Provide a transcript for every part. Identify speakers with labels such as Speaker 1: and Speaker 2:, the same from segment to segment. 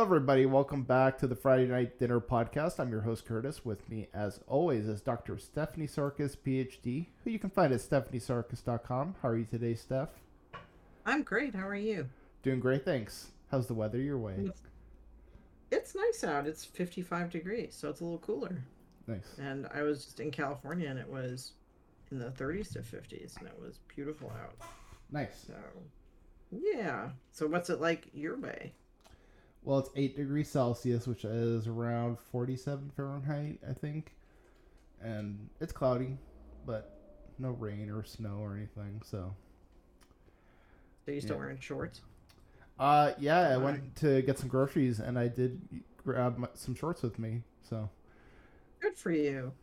Speaker 1: everybody? Welcome back to the Friday Night Dinner Podcast. I'm your host, Curtis. With me, as always, is Dr. Stephanie Sarkis, PhD, who you can find at stephaniesarkis.com. How are you today, Steph?
Speaker 2: I'm great. How are you?
Speaker 1: Doing great, thanks. How's the weather your way?
Speaker 2: It's- It's nice out. It's 55 degrees, so it's a little cooler.
Speaker 1: Nice.
Speaker 2: And I was just in California and it was in the 30s to 50s and it was beautiful out.
Speaker 1: Nice.
Speaker 2: So, yeah. So, what's it like your way?
Speaker 1: Well, it's 8 degrees Celsius, which is around 47 Fahrenheit, I think. And it's cloudy, but no rain or snow or anything, so.
Speaker 2: So, you still
Speaker 1: Yeah.
Speaker 2: wearing shorts?
Speaker 1: Uh, yeah, I
Speaker 2: Fine.
Speaker 1: went to get some groceries and I did grab my, some shorts with me. So,
Speaker 2: Good for you.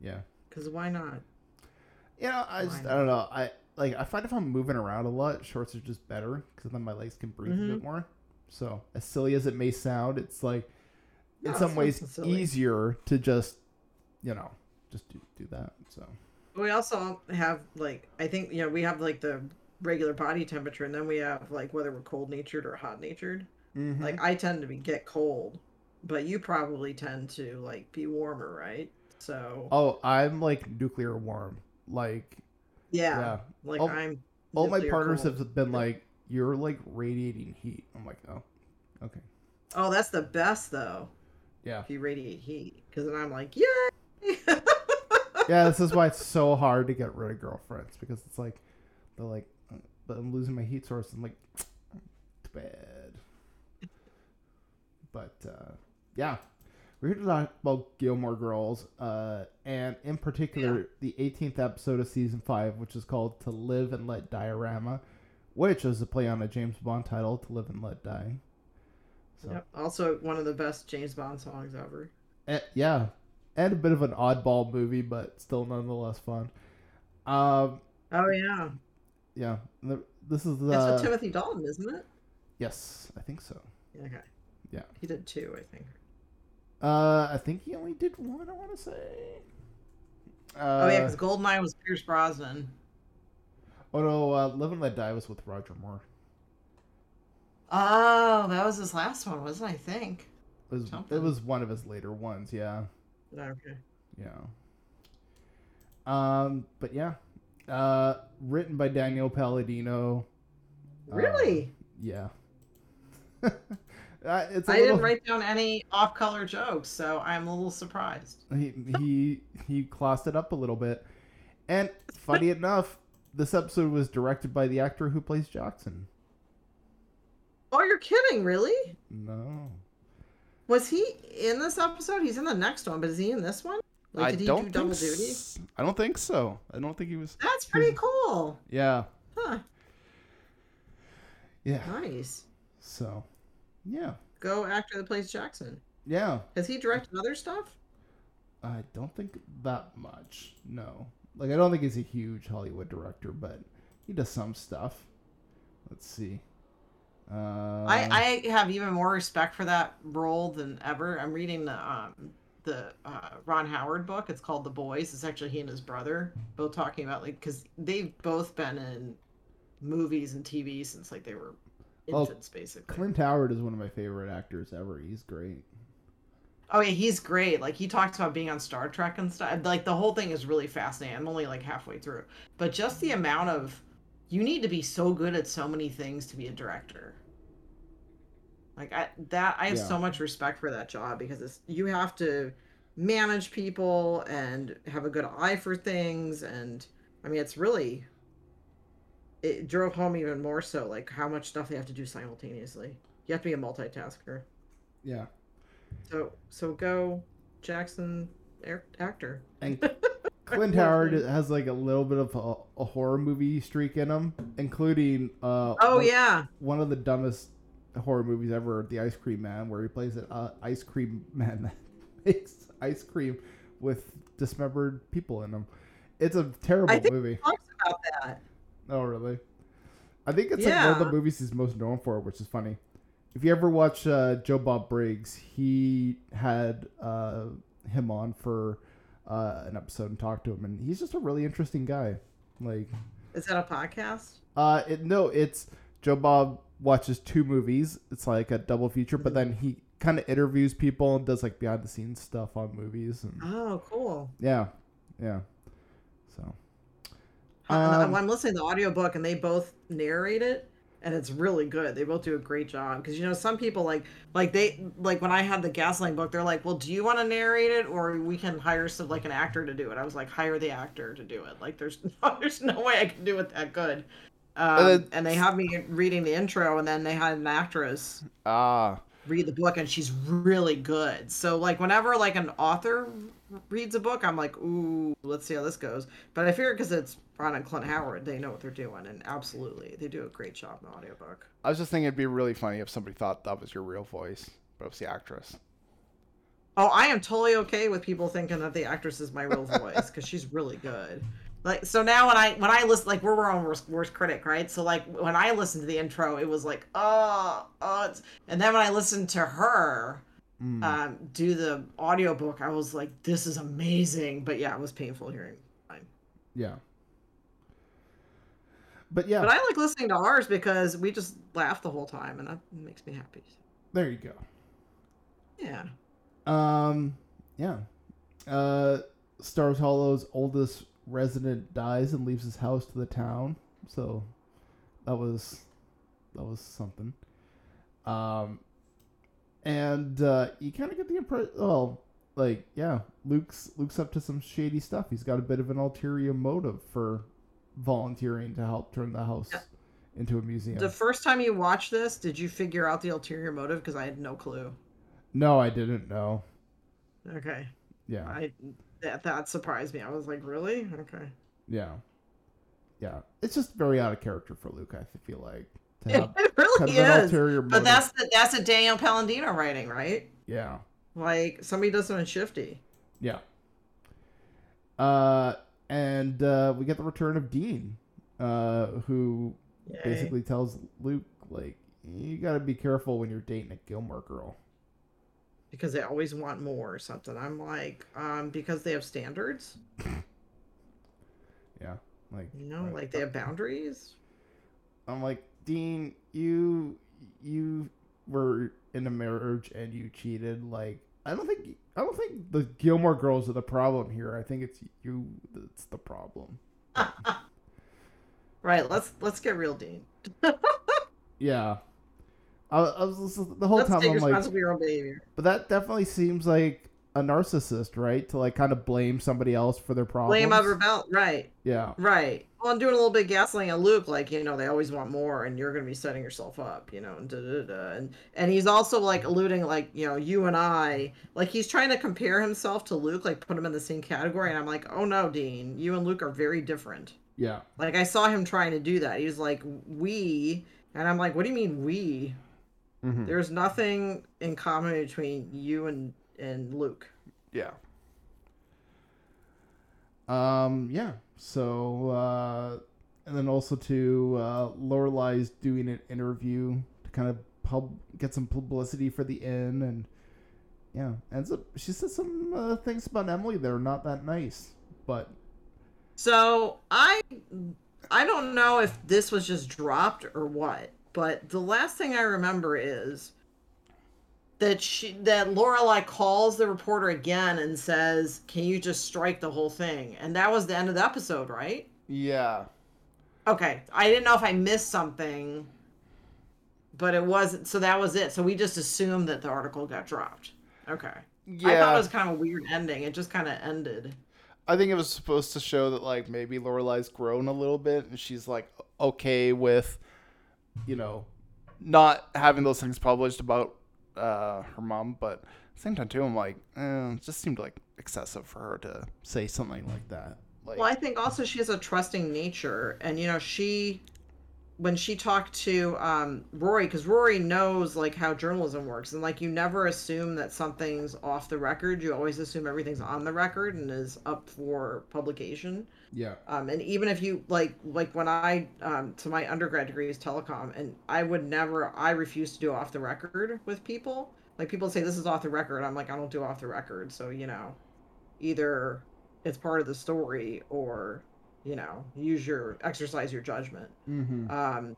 Speaker 1: yeah.
Speaker 2: Because why not?
Speaker 1: You know, I just,
Speaker 2: Fine.
Speaker 1: I don't know. I, like, I find if I'm moving around a lot, shorts are just better because then my legs can breathe a bit
Speaker 2: Mm-hmm.
Speaker 1: more. So, as silly as it may sound, it's like,
Speaker 2: No,
Speaker 1: in
Speaker 2: it's
Speaker 1: some
Speaker 2: not
Speaker 1: ways,
Speaker 2: so silly.
Speaker 1: easier to just, you know, just do, do that. So,
Speaker 2: We also have, like, I think, you know, we have, like, the regular body temperature and then we have, like, whether we're cold natured or hot natured.
Speaker 1: Mhm.
Speaker 2: Like I tend to be, get cold, but you probably tend to like be warmer, right? So
Speaker 1: oh, I'm like nuclear warm. Like,
Speaker 2: yeah,
Speaker 1: yeah.
Speaker 2: like
Speaker 1: All-
Speaker 2: I'm.
Speaker 1: All my
Speaker 2: nuclear
Speaker 1: partners
Speaker 2: cold.
Speaker 1: have been like, you're like radiating heat. I'm like, oh, okay.
Speaker 2: Oh, that's the best though.
Speaker 1: Yeah.
Speaker 2: If you radiate heat, because then I'm like, yay!
Speaker 1: yeah, this is why it's so hard to get rid of girlfriends because it's like they're like, but I'm losing my heat source. I'm like, too bad. But uh, yeah, we're here to talk about Gilmore Girls, uh, and in particular the 18th episode of season five, which is called "To Live and Let Diorama," which is a play on a James Bond title, "To Live and Let Die." So
Speaker 2: Yep. Also, one of the best James Bond songs ever.
Speaker 1: Eh, yeah, and a bit of an oddball movie, but still nonetheless fun. Um,
Speaker 2: Oh yeah,
Speaker 1: yeah, th- this is
Speaker 2: that's
Speaker 1: the
Speaker 2: with Timothy Dalton, isn't it?
Speaker 1: yes, I think so.
Speaker 2: Okay.
Speaker 1: Yeah.
Speaker 2: He did two, I think.
Speaker 1: Uh, I think he only did one. I want to say. Uh,
Speaker 2: oh yeah, because Goldeneye was Pierce Brosnan.
Speaker 1: oh no, uh, Live and Let Die was with Roger Moore.
Speaker 2: Oh, that was his last one, wasn't it? I think.
Speaker 1: It was, it
Speaker 2: Something.
Speaker 1: was one of his later ones. Yeah.
Speaker 2: Okay.
Speaker 1: Yeah. Um, but yeah, uh, written by Daniel Palladino. Uh,
Speaker 2: Really?
Speaker 1: yeah. uh, it's a
Speaker 2: I
Speaker 1: little-
Speaker 2: didn't write down any off-color jokes, so I'm a little surprised.
Speaker 1: he he he classed it up a little bit. And funny enough, this episode was directed by the actor who plays Jackson.
Speaker 2: Oh, you're kidding? Really?
Speaker 1: No,
Speaker 2: Was he in this episode? He's in the next one, but is he in this one? Like, did he do double duty?
Speaker 1: s- I don't think so. I don't think he was.
Speaker 2: That's pretty cool.
Speaker 1: Yeah,
Speaker 2: Huh?
Speaker 1: yeah.
Speaker 2: Nice.
Speaker 1: So, yeah,
Speaker 2: Go actor that plays Jackson.
Speaker 1: yeah.
Speaker 2: Has he directed other stuff?
Speaker 1: I don't think that much. No, like I don't think he's a huge Hollywood director, but he does some stuff. Let's see. Uh,
Speaker 2: I, I have even more respect for that role than ever. I'm reading the um the uh, Ron Howard book. It's called The Boys. It's actually he and his brother both talking about like because they've both been in movies and TV since like they were
Speaker 1: Well,
Speaker 2: infants, basically.
Speaker 1: Clint Howard is one of my favorite actors ever. He's great.
Speaker 2: Oh yeah, he's great. Like he talks about being on Star Trek and stuff. Like the whole thing is really fascinating. I'm only like halfway through, but just the amount of you need to be so good at so many things to be a director. Like I that I have
Speaker 1: Yeah.
Speaker 2: so much respect for that job because it's you have to manage people and have a good eye for things and I mean it's really it drove home even more so like how much stuff they have to do simultaneously. You have to be a multitasker.
Speaker 1: Yeah.
Speaker 2: So so go Jackson air, actor.
Speaker 1: And Clint Howard has like a little bit of a, a horror movie streak in him, including uh
Speaker 2: Oh
Speaker 1: one-
Speaker 2: yeah.
Speaker 1: one of the dumbest horror movies ever, The Ice Cream Man, where he plays an uh, ice cream man that makes ice cream with dismembered people in him. It's a terrible
Speaker 2: I think-
Speaker 1: movie.
Speaker 2: Talks about that.
Speaker 1: Oh really? I think it's like one of
Speaker 2: Yeah.
Speaker 1: the movies he's most known for, which is funny. If you ever watch uh, Joe Bob Briggs, he had uh, him on for uh, an episode and talked to him, and he's just a really interesting guy. Like,
Speaker 2: Is that a podcast?
Speaker 1: uh, it, no, it's Joe Bob watches two movies. It's like a double feature, but then he kind of interviews people and does like behind the scenes stuff on movies. And
Speaker 2: Oh, cool.
Speaker 1: yeah, yeah. So
Speaker 2: I-
Speaker 1: Um,
Speaker 2: I, I'm listening to the audiobook and they both narrate it and it's really good. They both do a great job because you know some people like like they like when I had the gaslighting book, they're like, "Well, do you want to narrate it or we can hire some like an actor to do it?" I was like, "Hire the actor to do it." Like there's no, there's no way I can do it that good. Um,
Speaker 3: Uh,
Speaker 2: and they have me reading the intro and then they had an actress
Speaker 3: Ah,
Speaker 2: read the book and she's really good. So like whenever like an author reads a book, I'm like, ooh, let's see how this goes. But I figure because it's Ron and Clint Howard, they know what they're doing, and absolutely, they do a great job in the audiobook.
Speaker 3: I was just thinking it'd be really funny if somebody thought that was your real voice, but it was the actress.
Speaker 2: Oh, I am totally okay with people thinking that the actress is my real voice because she's really good. Like so now when I when I listen like we're our own worst, worst critic right so like when I listened to the intro it was like oh oh it's... and then when I listened to her
Speaker 1: mm,
Speaker 2: um, do the audiobook, I was like, this is amazing. But yeah, it was painful hearing mine.
Speaker 1: yeah. But yeah,
Speaker 2: But I like listening to ours because we just laugh the whole time and that makes me happy.
Speaker 1: there you go.
Speaker 2: Yeah.
Speaker 1: Um, yeah. Uh, Stars Hollow's oldest resident dies and leaves his house to the town. So that was that was something. Um, and uh, you kind of get the impression, well, like yeah, Luke's Luke's up to some shady stuff. He's got a bit of an ulterior motive for volunteering to help turn the house
Speaker 2: Yeah.
Speaker 1: into a museum.
Speaker 2: The first time you watched this, did you figure out the ulterior motive? Because I had no clue.
Speaker 1: no, I didn't know.
Speaker 2: Okay.
Speaker 1: Yeah.
Speaker 2: I that, that surprised me. I was like, really? Okay.
Speaker 1: Yeah. Yeah. It's just very out of character for Luke, I feel like. To
Speaker 2: It,
Speaker 1: have kind of
Speaker 2: really
Speaker 1: an
Speaker 2: is.
Speaker 1: ulterior motive.
Speaker 2: But that's the, that's a Daniel Palladino writing, right?
Speaker 1: Yeah.
Speaker 2: Like somebody does it in Shifty.
Speaker 1: Yeah. Uh and uh we get the return of Dean, uh, who
Speaker 2: Yay.
Speaker 1: basically tells Luke, like, you gotta be careful when you're dating a Gilmore girl.
Speaker 2: because they always want more or something. I'm like, um, because they have standards,
Speaker 1: Yeah. Like
Speaker 2: you know,
Speaker 1: Right.
Speaker 2: like they have boundaries.
Speaker 1: I'm like, Dean, you you were in a marriage and you cheated. Like, I don't think I don't think the Gilmore Girls are the problem here. I think it's you that's the problem.
Speaker 2: Right, let's let's get real, Dean.
Speaker 1: Yeah, I, I was just- the whole
Speaker 2: Let's
Speaker 1: time
Speaker 2: take
Speaker 1: I'm like,
Speaker 2: responsibility for your own behavior.
Speaker 1: but that definitely seems like a narcissist, right? To like kind of blame somebody else for their problems.
Speaker 2: Blame over belt. Right,
Speaker 1: Yeah,
Speaker 2: right. Well, I'm doing a little bit of gaslighting at Luke, like you know, they always want more, and you're gonna be setting yourself up, you know, and da da da. And and he's also like alluding, like you know, you and I, like he's trying to compare himself to Luke, like put him in the same category. And I'm like, oh no, Dean, you and Luke are very different.
Speaker 1: yeah,
Speaker 2: Like I saw him trying to do that. He was like, "We," and I'm like, "What do you mean we?
Speaker 1: Mhm.
Speaker 2: There's nothing in common between you and and Luke."
Speaker 3: Yeah.
Speaker 1: Um, yeah. So, uh, and then also to uh, Lorelai's doing an interview to kind of pub get some publicity for the inn, and yeah, ends up she says some uh, things about Emily that are not that nice, but
Speaker 2: So I I don't know if this was just dropped or what, but the last thing I remember is that she that Lorelai calls the reporter again and says, "Can you just strike the whole thing?" And that was the end of the episode, right?
Speaker 3: Yeah.
Speaker 2: Okay, I didn't know if I missed something, but it wasn't. So that was it. So we just assumed that the article got dropped. Okay.
Speaker 3: Yeah.
Speaker 2: I thought it was kind of a weird ending. It just kind of ended.
Speaker 3: I think it was supposed to show that like maybe Lorelai's grown a little bit and she's like okay with, you know, not having those things published about uh, her mom, but at the same time too, I'm like, eh, it just seemed like excessive for her to say something like that. Like,
Speaker 2: Well, I think also she has a trusting nature, and you know she, when she talked to um, Rory, because Rory knows like how journalism works, and like you never assume that something's off the record. You always assume everything's on the record and is up for publication.
Speaker 1: yeah,
Speaker 2: um, and even if you like like when i um, to my undergrad degree is telecom and i would never i refuse to do off the record with people like people say this is off the record i'm like i don't do off the record so you know either it's part of the story or you know use your exercise your judgment
Speaker 1: mm-hmm.
Speaker 2: um,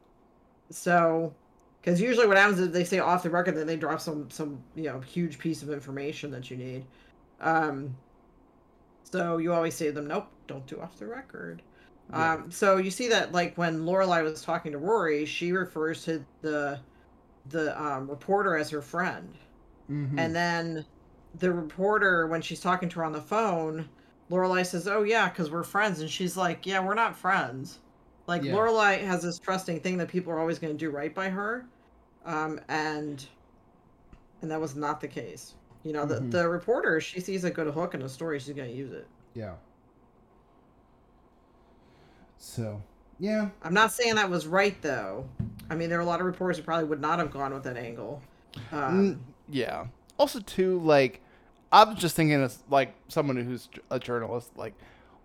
Speaker 2: so Because usually what happens is they say off the record, then they drop some some you know huge piece of information that you need. Um, so you always say to them, nope, don't do off the record.
Speaker 1: Yeah.
Speaker 2: Um, so you see that like when Lorelai was talking to Rory, she refers to the the um, reporter as her friend.
Speaker 3: mm-hmm,
Speaker 1: Mhm.
Speaker 2: And then the reporter, when she's talking to her on the phone, Lorelai says, "Oh yeah, because we're friends," and she's like, "Yeah, we're not friends." Like
Speaker 1: Yeah.
Speaker 2: Lorelai has this trusting thing that people are always going to do right by her, um, and and that was not the case. You know,
Speaker 1: Mhm.
Speaker 2: the the reporter, she sees a good hook in a story, she's going to use it.
Speaker 1: yeah. So yeah,
Speaker 2: I'm not saying that was right though. I mean, there are a lot of reporters who probably would not have gone with that angle.
Speaker 3: Mm,
Speaker 2: Um,
Speaker 3: yeah. Also, too, like, I was just thinking as like someone who's j- a journalist, like,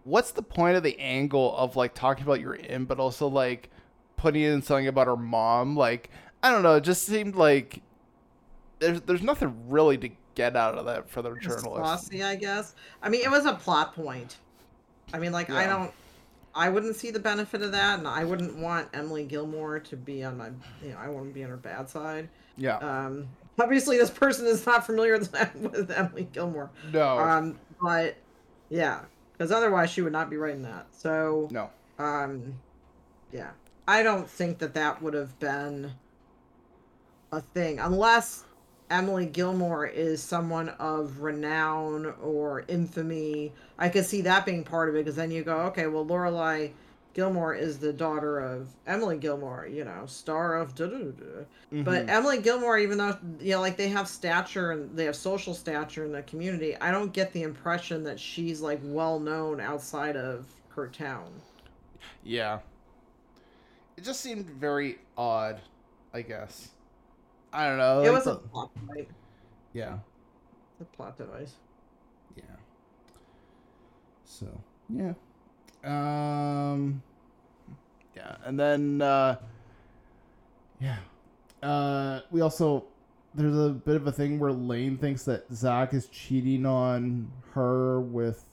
Speaker 3: what's the point of the angle of like talking about your in, but also like putting in something about her mom? Like, I don't know. It just seemed like there's there's nothing really to get out of that for the
Speaker 2: It was
Speaker 3: journalist.
Speaker 2: Saucy, I guess. I mean, it was a plot point. I mean, like I
Speaker 3: Yeah.
Speaker 2: don't, I wouldn't see the benefit of that, and I wouldn't want Emily Gilmore to be on my, you know, I wouldn't be on her bad side.
Speaker 3: Yeah.
Speaker 2: Um, obviously, this person is not familiar with, with Emily Gilmore.
Speaker 3: no.
Speaker 2: Um, but yeah, because otherwise she would not be writing that. So
Speaker 3: no.
Speaker 2: um, yeah, I don't think that that would have been a thing unless Emily Gilmore is someone of renown or infamy. I could see that being part of it because then you go, okay, well, Lorelai Gilmore is the daughter of Emily Gilmore, you know, star of da da da. da.
Speaker 3: Mm-hmm.
Speaker 2: But Emily Gilmore, even though you know, like they have stature and they have social stature in the community, I don't get the impression that she's like well known outside of her town.
Speaker 3: Yeah. It just seemed very odd, I guess. I don't know.
Speaker 2: it
Speaker 3: like,
Speaker 2: was a
Speaker 3: the-
Speaker 2: plot, device.
Speaker 1: yeah,
Speaker 2: It's a plot device.
Speaker 1: yeah. So yeah, um,
Speaker 3: yeah. And then uh
Speaker 1: yeah. Uh, we also there's a bit of a thing where Lane thinks that Zach is cheating on her with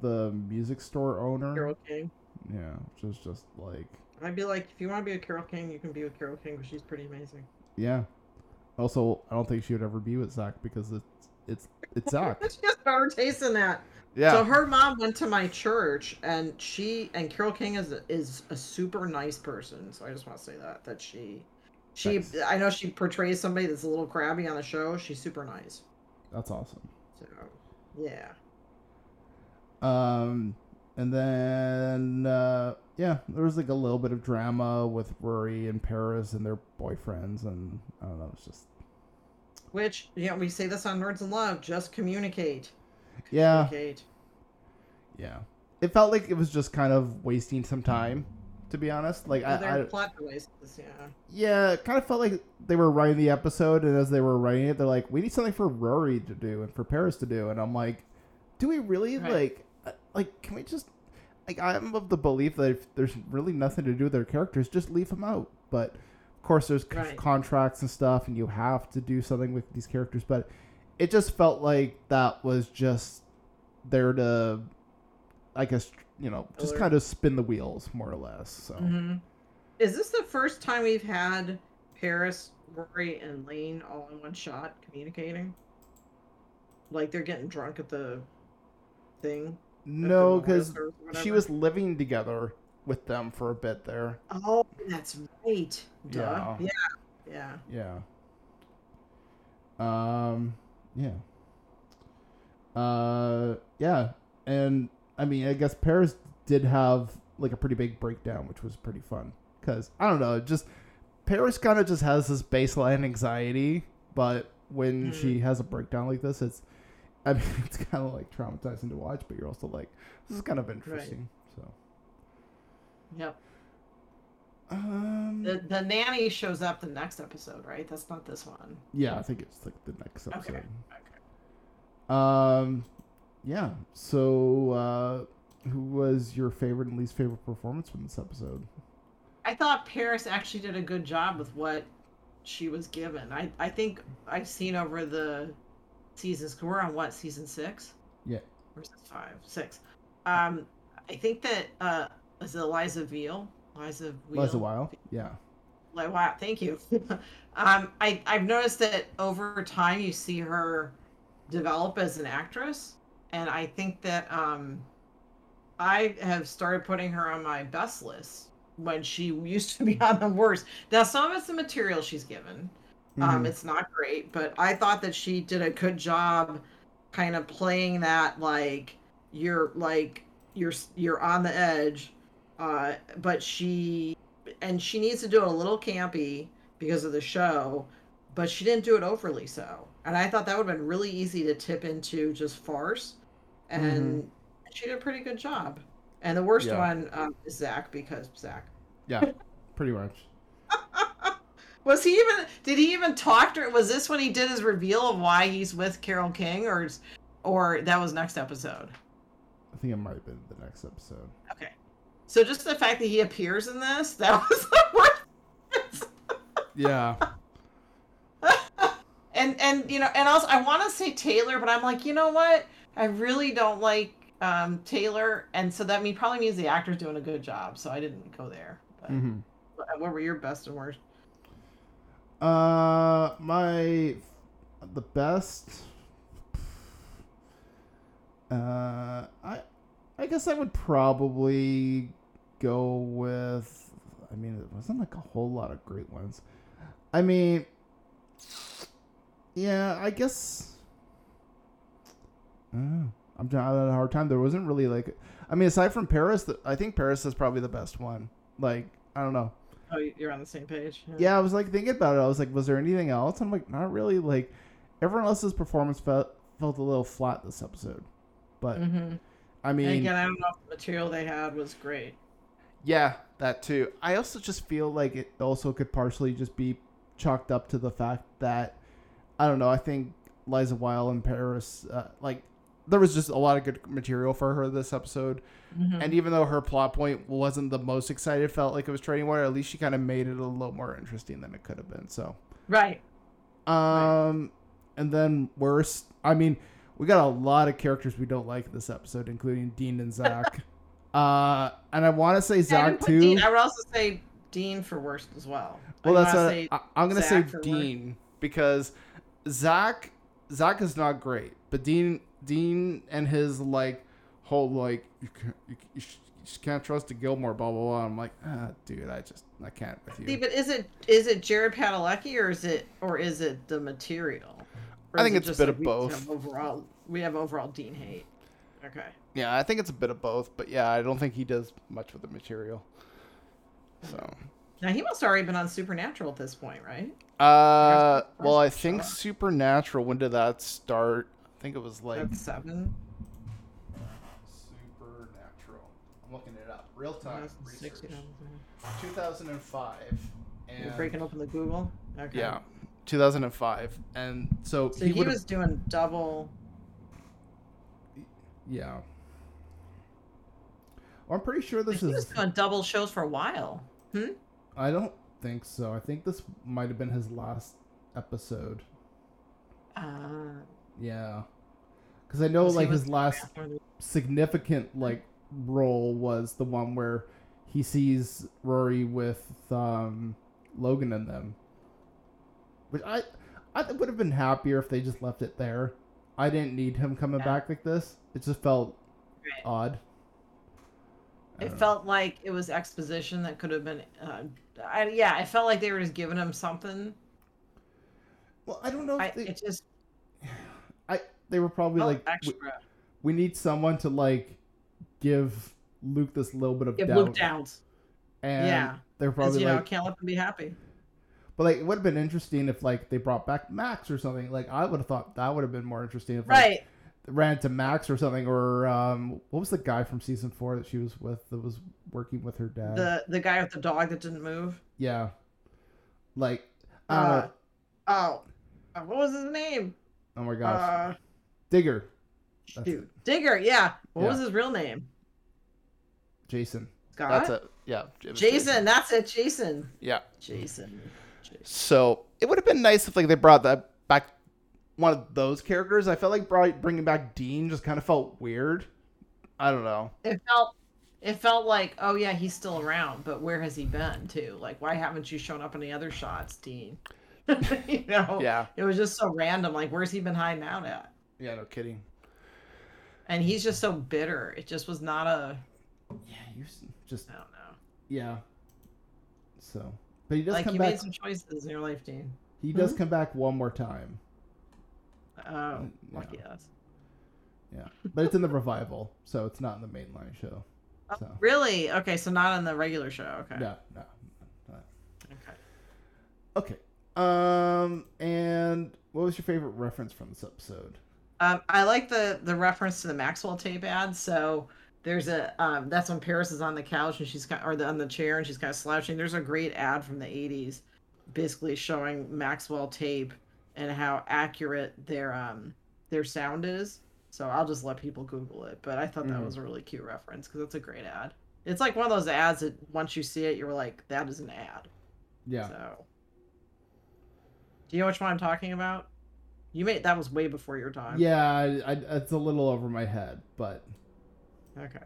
Speaker 1: the music store owner.
Speaker 2: Carol King.
Speaker 1: Yeah, which is just like
Speaker 2: I'd be like, if you want to be a Carol King, you can be with Carol King, because she's pretty amazing.
Speaker 1: yeah. Also, I don't think she would ever be with Zach because it's it's it's Zach.
Speaker 2: she has better taste than that.
Speaker 3: yeah.
Speaker 2: So her mom went to my church, and she and Carol King is is a super nice person. So I just want to say that that she, she
Speaker 1: Nice.
Speaker 2: I know she portrays somebody that's a little crabby on the show. She's super nice.
Speaker 1: That's awesome.
Speaker 2: So yeah,
Speaker 1: Um, and then uh, yeah, there was like a little bit of drama with Rory and Paris and their boyfriends, and I don't know, it's just
Speaker 2: which you know we say this on Nerds and Love. Just communicate.
Speaker 1: yeah,
Speaker 2: Communicate.
Speaker 1: yeah. It felt like it was just kind of wasting some time, to be honest. Like
Speaker 2: Well, they're
Speaker 1: I, I
Speaker 2: plot devices. Yeah.
Speaker 1: yeah, it kind of felt like they were writing the episode, and as they were writing it, they're like, we need something for Rory to do and for Paris to do, and I'm like, do we really
Speaker 2: Right.
Speaker 1: like, uh, like, can we just like I'm of the belief that if there's really nothing to do with their characters, just leave them out. But of course, there's c-
Speaker 2: Right.
Speaker 1: contracts and stuff, and you have to do something with these characters. But it just felt like that was just there to, I guess, you know, just
Speaker 2: Filler.
Speaker 1: kind of spin the wheels more or less. So
Speaker 2: Mhm. Is this the first time we've had Paris, Rory, and Lane all in one shot communicating? Like they're getting drunk at the thing. at the
Speaker 1: no,
Speaker 2: memorial
Speaker 1: because
Speaker 2: service or
Speaker 1: she
Speaker 2: whatever?
Speaker 1: was living together with them for a bit there.
Speaker 2: Oh, that's right. Duh.
Speaker 1: Yeah.
Speaker 2: Yeah. Yeah.
Speaker 1: Yeah. Um. Yeah. Uh. Yeah. And I mean, I guess Paris did have like a pretty big breakdown, which was pretty fun. Cause I don't know, just Paris kind of just has this baseline anxiety, but when
Speaker 2: Mhm.
Speaker 1: she has a breakdown like this, it's I mean, it's kind of like traumatizing to watch, but you're also like, this is kind of interesting. So.
Speaker 2: Yep.
Speaker 1: Um.
Speaker 2: The the nanny shows up the next episode, right? That's not this one.
Speaker 1: Yeah, I think it's like the next
Speaker 2: Okay,
Speaker 1: episode.
Speaker 2: okay.
Speaker 1: Um, yeah. So, uh, who was your favorite and least favorite performance from this episode?
Speaker 2: I thought Paris actually did a good job with what she was given. I I think I've seen over the seasons. 'cause We're on what season six?
Speaker 1: Yeah.
Speaker 2: Or is it five, six? Um, I think that uh, is it Eliza Veal? Eliza Veal.
Speaker 1: Liza Weil. Yeah.
Speaker 2: like wow thank you um i i've noticed that over time you see her develop as an actress and i think that um i have started putting her on my best list when she used to be on the worst now some of it's the material she's given um
Speaker 1: Mhm.
Speaker 2: it's not great but i thought that she did a good job kind of playing that like you're like you're s- you're on the edge uh but she and she needs to do it a little campy because of the show but she didn't do it overly so and i thought that would have been really easy to tip into just farce and she did a pretty good job and the worst
Speaker 1: Yeah.
Speaker 2: one um, is zach because zach
Speaker 1: yeah, pretty much.
Speaker 2: Was he even? Did he even talk to? her? Was this when he did his reveal of why he's with Carol King, or, is- or that was next episode?
Speaker 1: I think it might have been the next episode.
Speaker 2: So just the fact that he appears in this, that was the worst.
Speaker 1: Yeah.
Speaker 2: And and you know, and also I want to say Taylor, but I'm like, you know what? I really don't like um, Taylor, and so that mean probably means the actor's doing a good job. So I didn't go there. But
Speaker 1: hmm
Speaker 2: what were your best and worst?
Speaker 1: Uh, my the best. Uh, I I guess I would probably go with. I mean, it wasn't like a whole lot of great ones. I mean, yeah, I guess. I don't know. I'm trying- I'm having a hard time. There wasn't really like. I mean, aside from Paris, the, I think Paris is probably the best one. Like, I don't know
Speaker 2: Oh, you're on the same page.
Speaker 1: yeah, I was like thinking about it. I was like, was there anything else? I'm like, not really. Like, everyone else's performance felt felt a little flat this episode, but
Speaker 2: Mm-hmm.
Speaker 1: I
Speaker 2: And
Speaker 1: mean,
Speaker 2: again, I don't know if the material they had was great.
Speaker 1: yeah, that too. I also just feel like it also could partially just be chalked up to the fact that I don't know. I think Liza Weil in Paris, uh, like, there was just a lot of good material for her this episode.
Speaker 2: Mm-hmm.
Speaker 1: And even though her plot point wasn't the most excited, felt like it was trading water. At least she kind of made it a little more interesting than it could have been. So.
Speaker 2: Right.
Speaker 1: Um, and then worst. I mean, we got a lot of characters we don't like this episode, including Dean and Zach. uh, and I want to say
Speaker 2: Yeah, I
Speaker 1: Zach
Speaker 2: would put
Speaker 1: too.
Speaker 2: Dean- I would also say Dean for worst as well.
Speaker 1: well,
Speaker 2: I
Speaker 1: that's
Speaker 2: gotta
Speaker 1: i
Speaker 2: say-
Speaker 1: I, I'm gonna
Speaker 2: Zach
Speaker 1: say
Speaker 2: for
Speaker 1: Dean because Zach Zach is not great, but Dean Dean and his like whole like you can't you, you, sh- you just can't trust the Gilmore blah blah blah. I'm like, ah, dude, I just I can't with you.
Speaker 2: See, but is it is it Jared Padalecki or is it or is it the material? Or
Speaker 3: I
Speaker 2: is
Speaker 3: think
Speaker 2: it
Speaker 3: it's a
Speaker 2: just
Speaker 3: bit
Speaker 2: like
Speaker 3: of
Speaker 2: we
Speaker 3: both.
Speaker 2: just have Overall, we have overall Dean hate. Okay.
Speaker 3: Yeah, I think it's a bit of both, but yeah, I don't think he does much with the material. So,
Speaker 2: Now he must have already been on Supernatural at this point, right?
Speaker 3: uh,
Speaker 2: There's-
Speaker 3: well, I
Speaker 2: there's
Speaker 3: think
Speaker 2: Shaw.
Speaker 3: Supernatural. When did that start? I think it was like
Speaker 2: That's seven,
Speaker 1: Supernatural. I'm looking it up real time.
Speaker 2: 2006,
Speaker 1: Research.
Speaker 2: 2007.
Speaker 1: 2005.
Speaker 2: You're
Speaker 1: And
Speaker 2: breaking open the Google. Okay.
Speaker 3: yeah, 2005, and so,
Speaker 2: So he,
Speaker 1: would've-
Speaker 2: was doing double.
Speaker 1: Yeah. Well, I'm pretty sure this
Speaker 2: he was
Speaker 1: is.
Speaker 2: doing double shows for a while. Hmm.
Speaker 1: I don't think so. I think this might have been his last episode.
Speaker 2: Uh,
Speaker 1: Yeah. Because I know,
Speaker 2: Was he
Speaker 1: like,
Speaker 2: with-
Speaker 1: his last significant, like, role was the one where he sees Rory with um, Logan and them. Which I, I would have been happier if they just left it there. I didn't need him coming
Speaker 2: Yeah.
Speaker 1: back like this. It just felt
Speaker 2: Right.
Speaker 1: odd. Uh, I
Speaker 2: It
Speaker 1: don't know.
Speaker 2: felt like it was exposition that could have been, uh, I, yeah, I felt like they were just giving him something.
Speaker 1: Well, I don't know. If
Speaker 2: I,
Speaker 1: they...
Speaker 2: it just
Speaker 1: they were probably
Speaker 2: felt
Speaker 1: like we,
Speaker 2: extra.
Speaker 1: we need someone to like give luke this little bit of
Speaker 2: Give
Speaker 1: doubt
Speaker 2: Luke downs,
Speaker 1: and
Speaker 2: Yeah.
Speaker 1: they're
Speaker 2: because
Speaker 1: probably
Speaker 2: you know
Speaker 1: like
Speaker 2: can't let them be happy.
Speaker 1: but like it would have been interesting if like they brought back max or something like i would have thought that would have been more interesting if like,
Speaker 2: Right.
Speaker 1: they ran to max or something or um what was the guy from season four that she was with that was working with her dad
Speaker 2: The the guy with the dog that didn't move.
Speaker 1: yeah like I don't
Speaker 2: Uh,
Speaker 1: know.
Speaker 2: oh, uh, what was his name?
Speaker 1: oh my gosh
Speaker 2: Uh,
Speaker 1: digger That's
Speaker 2: shoot, Digger. Yeah. What
Speaker 1: Yeah.
Speaker 2: was his real name?
Speaker 1: jason
Speaker 2: Scott.
Speaker 3: that's it. Yeah, it was
Speaker 2: Jason. That's it. Jason.
Speaker 3: Yeah.
Speaker 2: Jason. Jason.
Speaker 3: So it would have been nice if like they brought that back one of those characters. I felt like brought, bringing back Dean just kind of felt weird. I don't know.
Speaker 2: It felt it felt like, oh yeah, he's still around, but where has he been too? Like, why haven't you shown up in the other shots, Dean? you know,
Speaker 3: Yeah.
Speaker 2: it was just so random. Like, where's he been hiding out at?
Speaker 3: Yeah, no kidding.
Speaker 2: And he's just so bitter. It just was not a.
Speaker 1: Yeah, you're s- just
Speaker 2: I don't know.
Speaker 1: yeah. So, but he does
Speaker 2: like
Speaker 1: come
Speaker 2: you
Speaker 1: back.
Speaker 2: made some Mm-hmm. choices in your life, Dean.
Speaker 1: He does come back one more time.
Speaker 2: Oh,
Speaker 1: Mm, Yeah.
Speaker 2: lucky us.
Speaker 1: Yeah, but it's in the revival, so it's not in the mainline show.
Speaker 2: Oh,
Speaker 1: So.
Speaker 2: Really? Okay, so not on the regular show. Okay.
Speaker 1: No, no.
Speaker 2: Okay.
Speaker 1: Okay. Um, and what was your favorite reference from this episode?
Speaker 2: Um, I like the the reference to the Maxwell tape ad. So there's a um, that's when Paris is on the couch and she's kind or the, on the chair and she's kind of slouching. There's a great ad from the '80s, basically showing Maxwell tape and how accurate their um their sound is. So I'll just let people Google it. But I thought that
Speaker 1: Mhm.
Speaker 2: was a really cute reference because it's a great ad. It's like one of those ads that once you see it, you're like, that is an ad.
Speaker 1: Yeah.
Speaker 2: So, do you know which one I'm talking about? You made that was way before your time.
Speaker 1: Yeah, I, I, it's a little over my head, but
Speaker 2: Okay.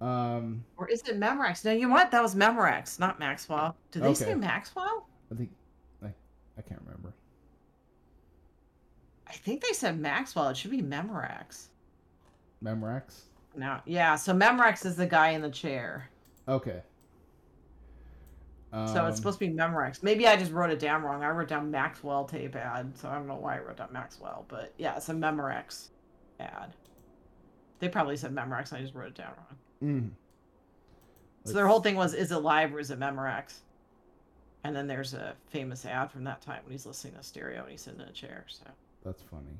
Speaker 1: um,
Speaker 2: Or is it Memorex? No, you know what? That was Memorex, not Maxwell. Did they say
Speaker 1: Okay.
Speaker 2: Maxwell?
Speaker 1: I think I, I can't remember.
Speaker 2: I think they said Maxwell. It should be Memorex.
Speaker 1: Memorex.
Speaker 2: No. Yeah. So Memorex is the guy in the chair.
Speaker 1: Okay. Um,
Speaker 2: So it's supposed to be Memorex. Maybe I just wrote it down wrong. I wrote down Maxwell tape ad, so I don't know why I wrote down Maxwell, but yeah, it's a Memorex ad. They probably said Memorex. And I just wrote it down wrong.
Speaker 1: Mm.
Speaker 2: So their whole thing was, is it live or is it Memorex? And then there's a famous ad from that time when he's listening to stereo and he's sitting in a chair. So
Speaker 1: That's funny.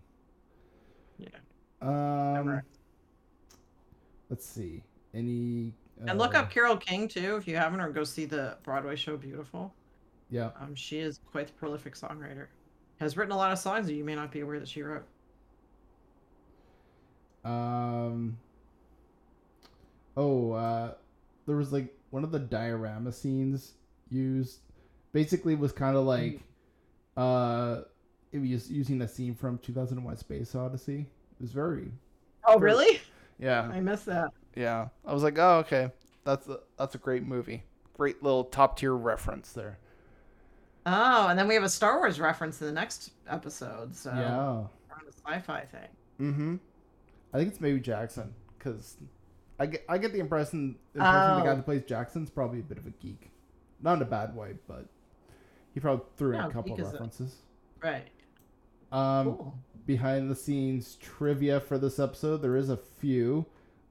Speaker 2: yeah.
Speaker 1: Um,
Speaker 2: Memorex.
Speaker 1: let's see. Any uh,
Speaker 2: And look up Carol King too if you haven't, or go see the Broadway show Beautiful.
Speaker 1: Yeah.
Speaker 2: Um, she is quite the prolific songwriter. Has written a lot of songs that you may not be aware that she wrote.
Speaker 1: Um. Oh, uh, there was like one of the diorama scenes used. Basically, was kind of like, uh, it was using a scene from 2001: Space Odyssey. It was very
Speaker 2: Oh,
Speaker 1: Very-
Speaker 2: really?
Speaker 3: Yeah,
Speaker 2: I missed that.
Speaker 3: yeah. I was like, oh, okay. That's a, that's a great movie. Great little top tier reference there.
Speaker 2: Oh, and then we have a Star Wars reference in the next episode. So
Speaker 1: yeah.
Speaker 2: we're on a sci-fi thing.
Speaker 1: Mm-hmm. I think it's maybe Jackson because I get I get the impression impression the guy
Speaker 2: Oh.
Speaker 1: that plays Jackson's probably a bit of a geek, not in a bad way, but he probably threw in
Speaker 2: No,
Speaker 1: a couple
Speaker 2: geek is a-
Speaker 1: references.
Speaker 2: Right.
Speaker 1: Um,
Speaker 2: Cool.
Speaker 1: behind the scenes trivia for this episode. There is a few.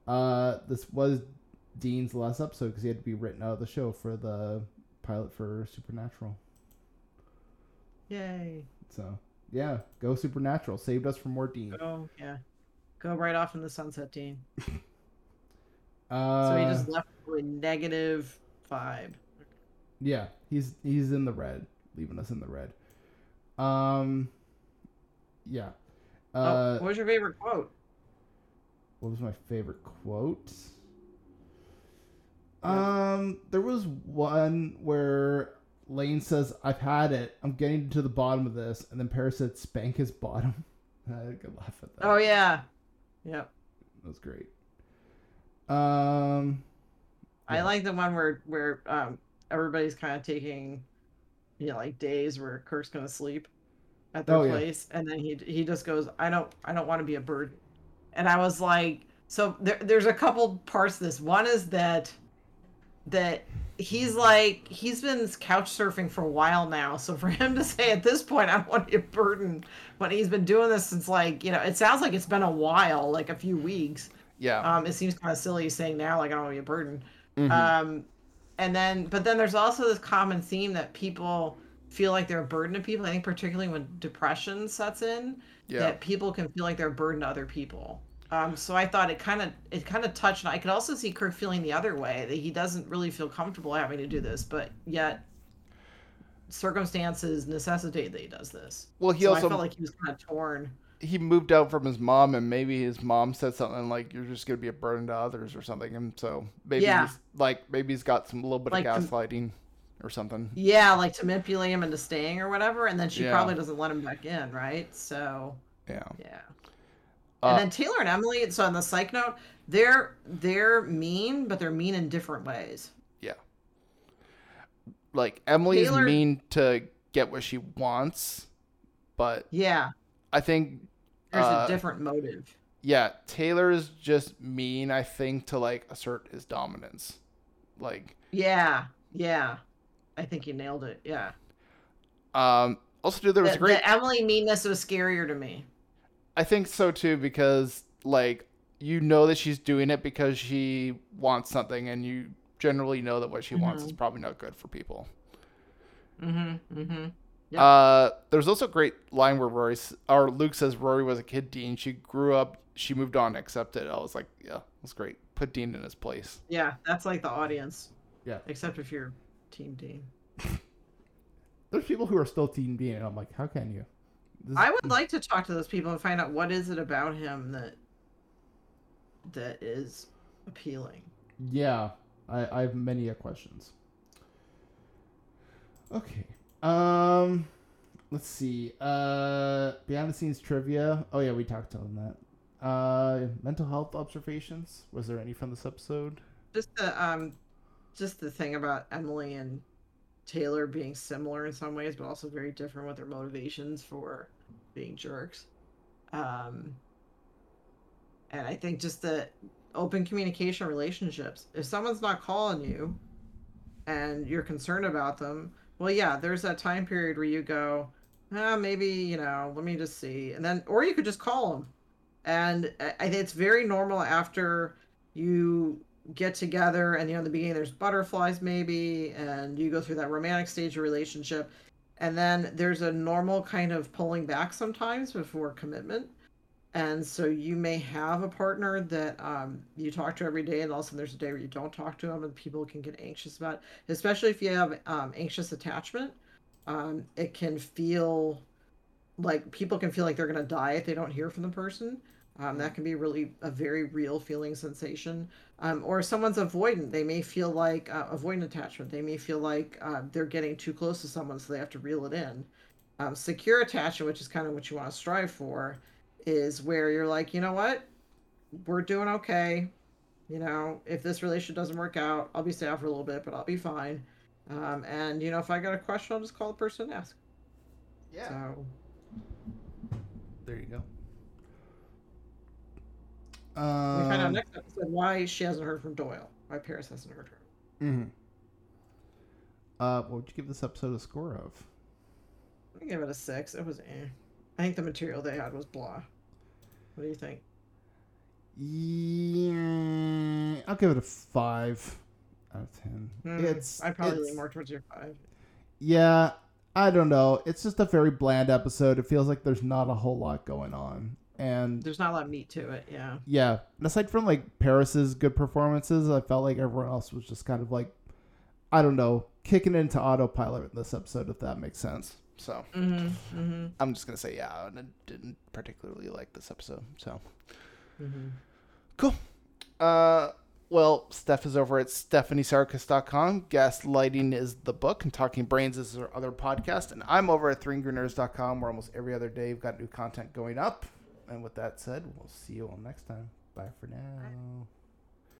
Speaker 1: Uh, this was Dean's last episode because he had to be written out of the show for the pilot for Supernatural.
Speaker 2: Yay.
Speaker 1: So yeah, go Supernatural. Saved us from more Dean.
Speaker 2: Go Oh, yeah. Go right off in the sunset, Dean.
Speaker 1: Uh,
Speaker 2: so he just left with a negative vibe.
Speaker 1: yeah, he's he's in the red, leaving us in the red. Um, yeah.
Speaker 2: oh,
Speaker 1: Uh,
Speaker 2: what was your favorite quote?
Speaker 1: what was my favorite quote?
Speaker 2: Yeah.
Speaker 1: Um, there was one where Lane says, "I've had it. I'm getting to the bottom of this," and then Paris said, "Spank his bottom." I had a good laugh at that.
Speaker 2: Oh yeah. Yep.
Speaker 1: that was great. Um,
Speaker 2: I
Speaker 1: Yeah.
Speaker 2: like the one where where um everybody's kind of taking, you know, like days where Kirk's gonna sleep at their
Speaker 1: Oh, yeah.
Speaker 2: place, and then he he just goes, I don't I don't want to be a burden, and I was like, so there, there's a couple parts to this. One is that that he's like he's been couch surfing for a while now, so for him to say at this point I don't want to be a burden when he's been doing this since like you know it sounds like it's been a while, like a few weeks.
Speaker 3: Yeah.
Speaker 2: Um, it seems kind of silly saying now like I don't want to be a burden.
Speaker 3: Mhm.
Speaker 2: Um, and then, but then there's also this common theme that people feel like they're a burden to people. I think particularly when depression sets in,
Speaker 3: yeah.
Speaker 2: that people can feel like they're a burden to other people. Um, so I thought it kind of it kind of touched. And I could also see Kirk feeling the other way that he doesn't really feel comfortable having to do this, but yet circumstances necessitate that he does this.
Speaker 3: Well, he
Speaker 2: so I
Speaker 3: also
Speaker 2: felt like he was kind of torn.
Speaker 3: he moved out from his mom, and maybe his mom said something like, "You're just gonna be a burden to others" or something. And so maybe
Speaker 2: Yeah.
Speaker 3: he's like maybe he's got some little bit
Speaker 2: Like,
Speaker 3: of
Speaker 2: com-
Speaker 3: gaslighting or something.
Speaker 2: Yeah, like to manipulate him into staying or whatever, and then she
Speaker 3: Yeah.
Speaker 2: probably doesn't let him back in, right? So
Speaker 3: Yeah.
Speaker 2: yeah.
Speaker 3: Uh,
Speaker 2: and then Taylor and Emily, so on the psych note, they're they're mean, but they're mean in different ways.
Speaker 3: Yeah. Like Emily's
Speaker 2: Taylor-
Speaker 3: mean to get what she wants, but
Speaker 2: Yeah.
Speaker 3: I think
Speaker 2: There's
Speaker 3: Uh,
Speaker 2: a different motive.
Speaker 3: yeah, Taylor is just mean. I think to like assert his dominance, like
Speaker 2: Yeah. Yeah. I think you nailed it. Yeah.
Speaker 3: um. Also, dude, there was
Speaker 2: the,
Speaker 3: a great.
Speaker 2: the Emily meanness was scarier to me.
Speaker 3: I think so too because like you know that she's doing it because she wants something, and you generally know that what she wants is probably not good for people.
Speaker 2: Mm-hmm. Mm-hmm. Yeah.
Speaker 3: Uh, there's also a great line where Rory, s- or Luke says Rory was a kid Dean. She grew up, she moved on, accepted. I was like, yeah, that's great. Put Dean in his place.
Speaker 2: Yeah. That's like the audience.
Speaker 1: Yeah.
Speaker 2: Except if you're Team Dean.
Speaker 1: There's people who are still Team Dean, and I'm like, how can you? This-
Speaker 2: I would like to talk to those people and find out what is it about him that that is appealing.
Speaker 1: Yeah, I, I have many a questions. Okay. Um, let's see. Uh, behind the scenes trivia. Oh yeah, we talked on that. Uh, mental health observations. Was there any from this episode?
Speaker 2: Just the um, just the thing about Emily and Taylor being similar in some ways, but also very different with their motivations for being jerks. Um, and I think just the open communication relationships. If someone's not calling you, and you're concerned about them, well, yeah, there's that time period where you go, ah, maybe you know, let me just see, and then or you could just call them. And I I think it's very normal after you get together and you know in the beginning there's butterflies maybe and you go through that romantic stage of relationship and then there's a normal kind of pulling back sometimes before commitment and so you may have a partner that um, you talk to every day and also there's a day where you don't talk to them and people can get anxious about it. especially if you have um, anxious attachment um, it can feel like people can feel like they're going to die if they don't hear from the person um, that can be really a very real feeling sensation um, or if someone's avoidant they may feel like uh, avoidant attachment they may feel like uh, they're getting too close to someone so they have to reel it in um, secure attachment which is kind of what you want to strive for is where you're like you know what we're doing okay you know if this relationship doesn't work out i'll be sad for a little bit but i'll be fine um, and you know if i got a question i'll just call the person and ask so
Speaker 1: There you go. Um,
Speaker 2: we find out next episode why she hasn't heard from doyle why paris hasn't heard her
Speaker 1: mhm. Uh, what would you give this episode a score of?
Speaker 2: I give it a six. It was eh. I think the material they had was blah. What do you think?
Speaker 1: Yeah, I'll give it a five out of ten.
Speaker 2: Hmm,
Speaker 1: It's
Speaker 2: I probably
Speaker 1: it's-
Speaker 2: lean more towards your five.
Speaker 1: Yeah, I don't know. It's just a very bland episode. It feels like there's not a whole lot going on. And
Speaker 2: There's not a lot of meat to it. Yeah.
Speaker 1: yeah, and aside from like Paris's good performances, I felt like everyone else was just kind of like, I don't know, kicking into autopilot in this episode, if that makes sense.
Speaker 3: So
Speaker 2: Mm-hmm. Mm-hmm.
Speaker 3: I'm just going to say, yeah, I didn't particularly like this episode. So,
Speaker 2: mm-hmm.
Speaker 3: cool. Uh, well, Steph is over at stephaniesarkis.com. Gaslighting is the book, and Talking Brains is our other podcast. And I'm over at threeandgreeners.com, where almost every other day we've got new content going up. And with that said, we'll see you all next time. Bye for now.